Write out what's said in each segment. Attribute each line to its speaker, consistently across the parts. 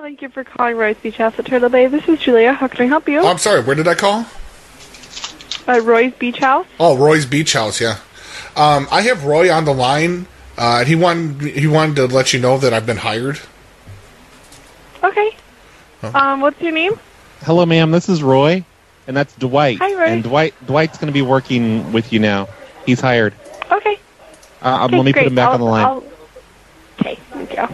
Speaker 1: Thank you for calling Roy's Beach House at Turtle Bay. This is Julia. How can I help you?
Speaker 2: Oh,
Speaker 3: Um,
Speaker 2: I'm sorry. Where did I call?
Speaker 1: Uh, Roy's Beach House.
Speaker 2: Oh, Roy's Beach House. Yeah. Um, I have Roy on the line. Uh, he wanted he wanted to let you know that I've been hired.
Speaker 1: Okay. Um, what's your name?
Speaker 3: Hello, ma'am. This is Roy, and that's Dwight.
Speaker 1: Hi, Roy.
Speaker 3: And Dwight Dwight's going to be working with you now. He's hired.
Speaker 1: Okay.
Speaker 3: Uh, um,
Speaker 1: Okay,
Speaker 3: let me
Speaker 1: great.
Speaker 3: put him back
Speaker 1: I'll-
Speaker 3: on the line.
Speaker 1: I'll- Okay, thank you.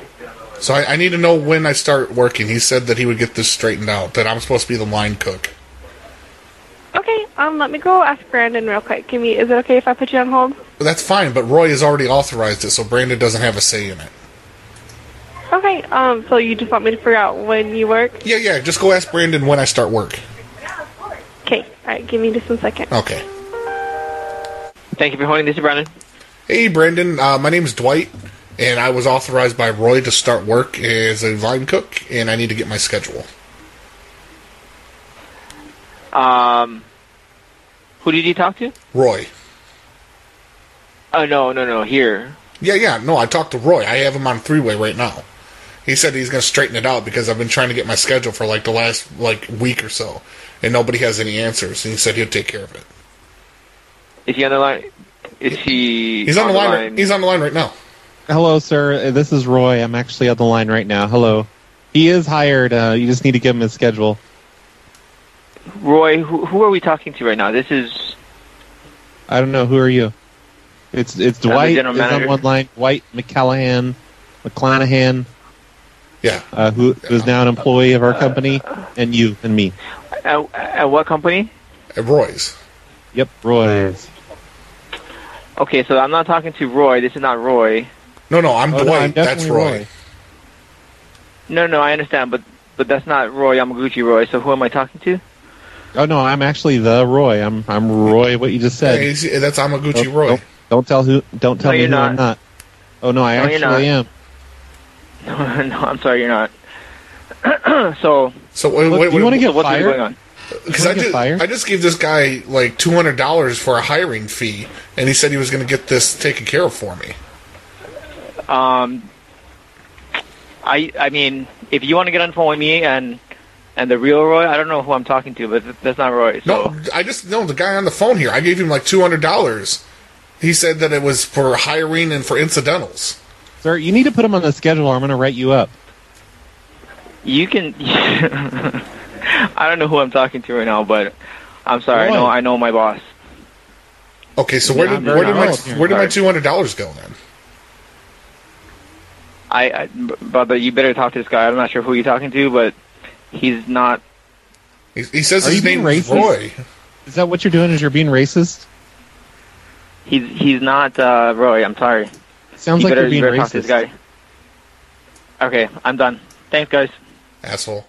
Speaker 2: So I, I need to know when I start working. He said that he would get this straightened out. That I'm supposed to be the line cook.
Speaker 1: Okay, um, let me go ask Brandon real quick. Give me, is it okay if I put you on hold?
Speaker 2: But that's fine. But Roy has already authorized it, so Brandon doesn't have a say in it.
Speaker 1: Okay, um, so you just want me to figure out when you work?
Speaker 2: Yeah, yeah. Just go ask Brandon when I start work.
Speaker 1: Okay, alright, give me just one second.
Speaker 2: Okay.
Speaker 4: Thank you for holding. This is Brandon.
Speaker 2: Hey, Brandon. Uh, my name's Dwight, and I was authorized by Roy to start work as a line cook, and I need to get my schedule.
Speaker 4: Um, who did you talk to?
Speaker 2: Roy.
Speaker 4: Oh no, no, no. Here.
Speaker 2: Yeah, yeah. No, I talked to Roy. I have him on three way right now. He said he's going to straighten it out because I've been trying to get my schedule for like the last like week or so, and nobody has any answers. And he said he'll take care of it.
Speaker 4: Is he on the line? Is he?
Speaker 2: He's on the line. right- He's on the line right now.
Speaker 3: Hello, sir. Uh, This is Roy. I'm actually on the line right now. Hello. He is hired. Uh, you just need to give him his schedule.
Speaker 4: Roy, who, who are we talking to right now? This is
Speaker 3: I don't know. Who are you? It's it's
Speaker 4: the
Speaker 3: Dwight.
Speaker 4: general
Speaker 3: is on
Speaker 4: manager.
Speaker 3: one line. Dwight McCallahan, McClanahan,
Speaker 2: Yeah.
Speaker 3: uh, who is now an employee of our company, and you and me.
Speaker 4: at, at what company?
Speaker 2: At Uh, Roy's.
Speaker 3: Yep, Roy.
Speaker 4: Okay, so I'm not talking to Roy. This is not Roy.
Speaker 2: No, no, I'm
Speaker 3: Oh, no,
Speaker 2: Dwight.
Speaker 3: I'm
Speaker 2: That's
Speaker 3: definitely
Speaker 2: Roy.
Speaker 3: Roy.
Speaker 4: No, no, I understand, but but that's not Roy Yamaguchi Roy. So who am I talking to?
Speaker 3: Oh no, I'm actually the Roy. I'm I'm Roy. What you just said.
Speaker 2: Hey, he's- uh, that's Amaguchi
Speaker 3: Nope,
Speaker 2: Roy.
Speaker 3: nope. Don't tell who. Don't tell
Speaker 4: No,
Speaker 3: me who
Speaker 4: you're
Speaker 3: I'm
Speaker 4: not.
Speaker 3: not. Oh no, I
Speaker 4: No, you're
Speaker 3: actually am.
Speaker 4: No, no, I'm sorry, you're not. so
Speaker 2: So wait,
Speaker 3: Look,
Speaker 2: wait,
Speaker 3: do you
Speaker 2: wait,
Speaker 3: wanna
Speaker 4: so
Speaker 3: get
Speaker 4: what's really
Speaker 3: fired?
Speaker 4: going on?
Speaker 2: Because I
Speaker 3: Can we get
Speaker 2: just,
Speaker 3: fired?
Speaker 2: I just gave this guy like two hundred dollars for a hiring fee, and he said he was going to get this taken care of for me.
Speaker 4: Um, I I mean, if you want to get on the phone with me and and the real Roy, I don't know who I'm talking to, but th- that's not Roy. So
Speaker 2: No, I just no the guy on the phone here. I gave him like two hundred dollars. He said that it was for hiring and for incidentals.
Speaker 3: Sir, you need to put him on the schedule, or I'm going to write you up.
Speaker 4: you can. I don't know who I'm talking to right now, but I'm sorry. I know
Speaker 3: Roy.
Speaker 4: I know my boss.
Speaker 2: Okay, so where
Speaker 3: Yeah,
Speaker 2: did
Speaker 3: I'm very
Speaker 2: where did my
Speaker 3: honest here,
Speaker 2: where did my
Speaker 4: sorry.
Speaker 2: two hundred dollars go then?
Speaker 4: I, I brother, you better talk to this guy. I'm not sure who you're talking to, but he's not.
Speaker 2: He, he says
Speaker 3: Are
Speaker 2: his
Speaker 3: you being
Speaker 2: name is
Speaker 3: racist?
Speaker 2: Roy.
Speaker 3: Is that what you're doing? Is you're being racist?
Speaker 4: He's he's not uh, Roy. I'm sorry.
Speaker 3: Sounds
Speaker 4: you
Speaker 3: like
Speaker 4: better,
Speaker 3: you're being
Speaker 4: you
Speaker 3: racist.
Speaker 4: better talk to this guy. Okay, I'm done. Thanks, guys.
Speaker 2: Asshole.